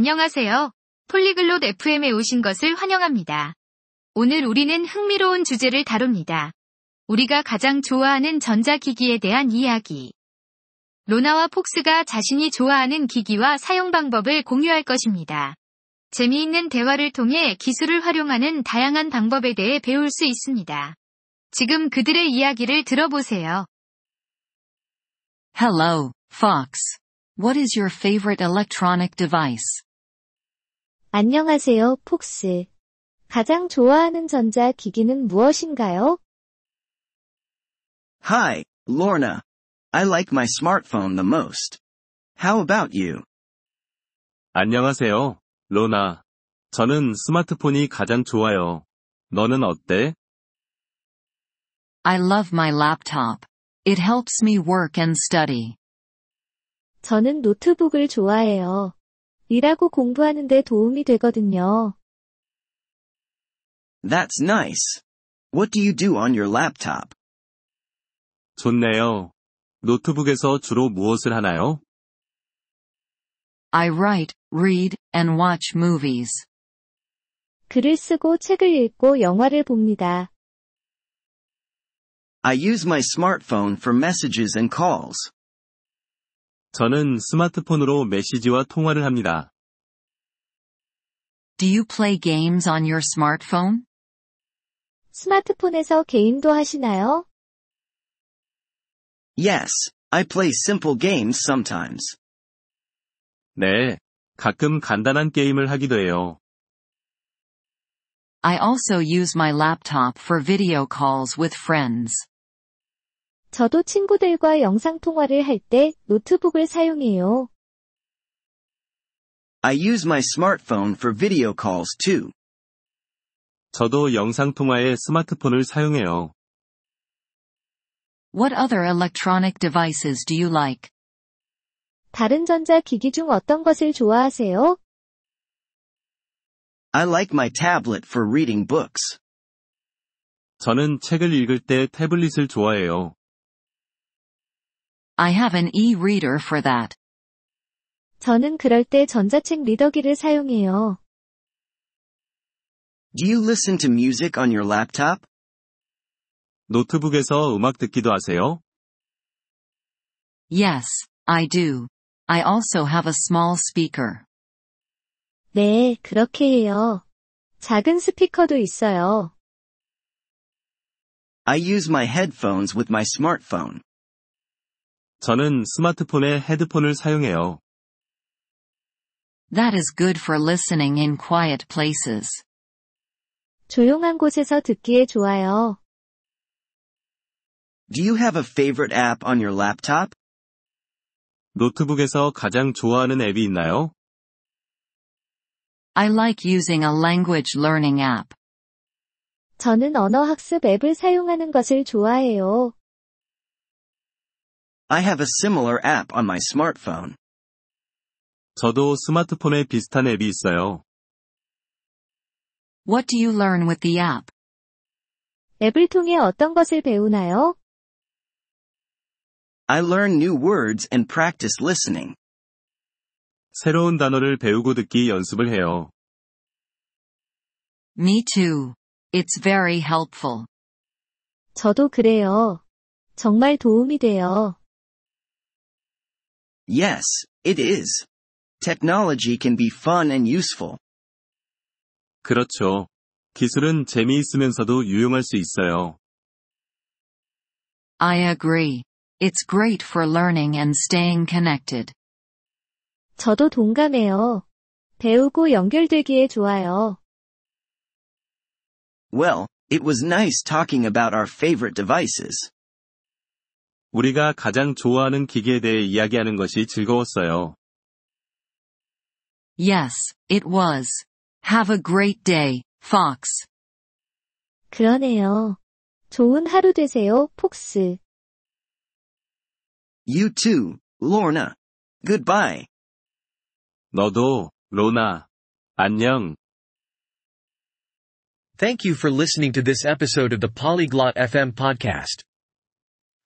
안녕하세요. 폴리글롯 FM에 오신 것을 환영합니다. 오늘 우리는 흥미로운 주제를 다룹니다. 우리가 가장 좋아하는 전자기기에 대한 이야기. 로나와 폭스가 자신이 좋아하는 기기와 사용 방법을 공유할 것입니다. 재미있는 대화를 통해 기술을 활용하는 다양한 방법에 대해 배울 수 있습니다. 지금 그들의 이야기를 들어보세요. Hello, Fox. What is your favorite electronic device? 안녕하세요, 폭스. 가장 좋아하는 전자 기기는 무엇인가요? Hi, Lorna. I like my smartphone the most. How about you? 안녕하세요, 로나. 저는 스마트폰이 가장 좋아요. 너는 어때? I love my laptop. It helps me work and study. 저는 노트북을 좋아해요. 일하고 공부하는데 도움이 되거든요. That's nice. What do you do on your laptop? 좋네요. 노트북에서 주로 무엇을 하나요? I write, read, and watch movies. 글을 쓰고 책을 읽고 영화를 봅니다. I use my smartphone for messages and calls. 저는 스마트폰으로 메시지와 통화를 합니다. Do you play games on your smartphone? 스마트폰에서 게임도 하시나요? Yes, I play simple games sometimes. 네. 가끔 간단한 게임을 하기도 해요. I also use my laptop for video calls with friends. 저도 친구들과 영상통화를 할 때 노트북을 사용해요. I use my smartphone for video calls too. 저도 영상통화에 스마트폰을 사용해요. What other electronic devices do you like? 다른 전자 기기 중 어떤 것을 좋아하세요? I like my tablet for reading books. 저는 책을 읽을 때 태블릿을 좋아해요. I have an e-reader for that. 저는 그럴 때 전자책 리더기를 사용해요. Do you listen to music on your laptop? 노트북에서 음악 듣기도 하세요? Yes, I do. I also have a small speaker. 네, 그렇게 해요. 작은 스피커도 있어요. I use my headphones with my smartphone. 저는 스마트폰에 헤드폰을 사용해요. That is good for listening in quiet places. 조용한 곳에서 듣기에 좋아요. Do you have a favorite app on your laptop? 노트북에서 가장 좋아하는 앱이 있나요? I like using a language learning app. 저는 언어학습 앱을 사용하는 것을 좋아해요. I have a similar app on my smartphone. 저도 스마트폰에 비슷한 앱이 있어요. What do you learn with the app? 앱을 통해 어떤 것을 배우나요? I learn new words and practice listening. 새로운 단어를 배우고 듣기 연습을 해요. Me too. It's very helpful. 저도 그래요. 정말 도움이 돼요. Yes, it is. Technology can be fun and useful. 그렇죠. 기술은 재미있으면서도 유용할 수 있어요. I agree. It's great for learning and staying connected. 저도 동감해요. 배우고 연결되기에 좋아요. Well, it was nice talking about our favorite devices. 우리가 가장 좋아하는 기기에 대해 이야기하는 것이 즐거웠어요. Yes, it was. Have a great day, Fox. 그러네요. 좋은 하루 되세요, 폭스. You too, Lorna. Goodbye. 너도, 로나. 안녕. Thank you for listening to this episode of the Polyglot FM podcast.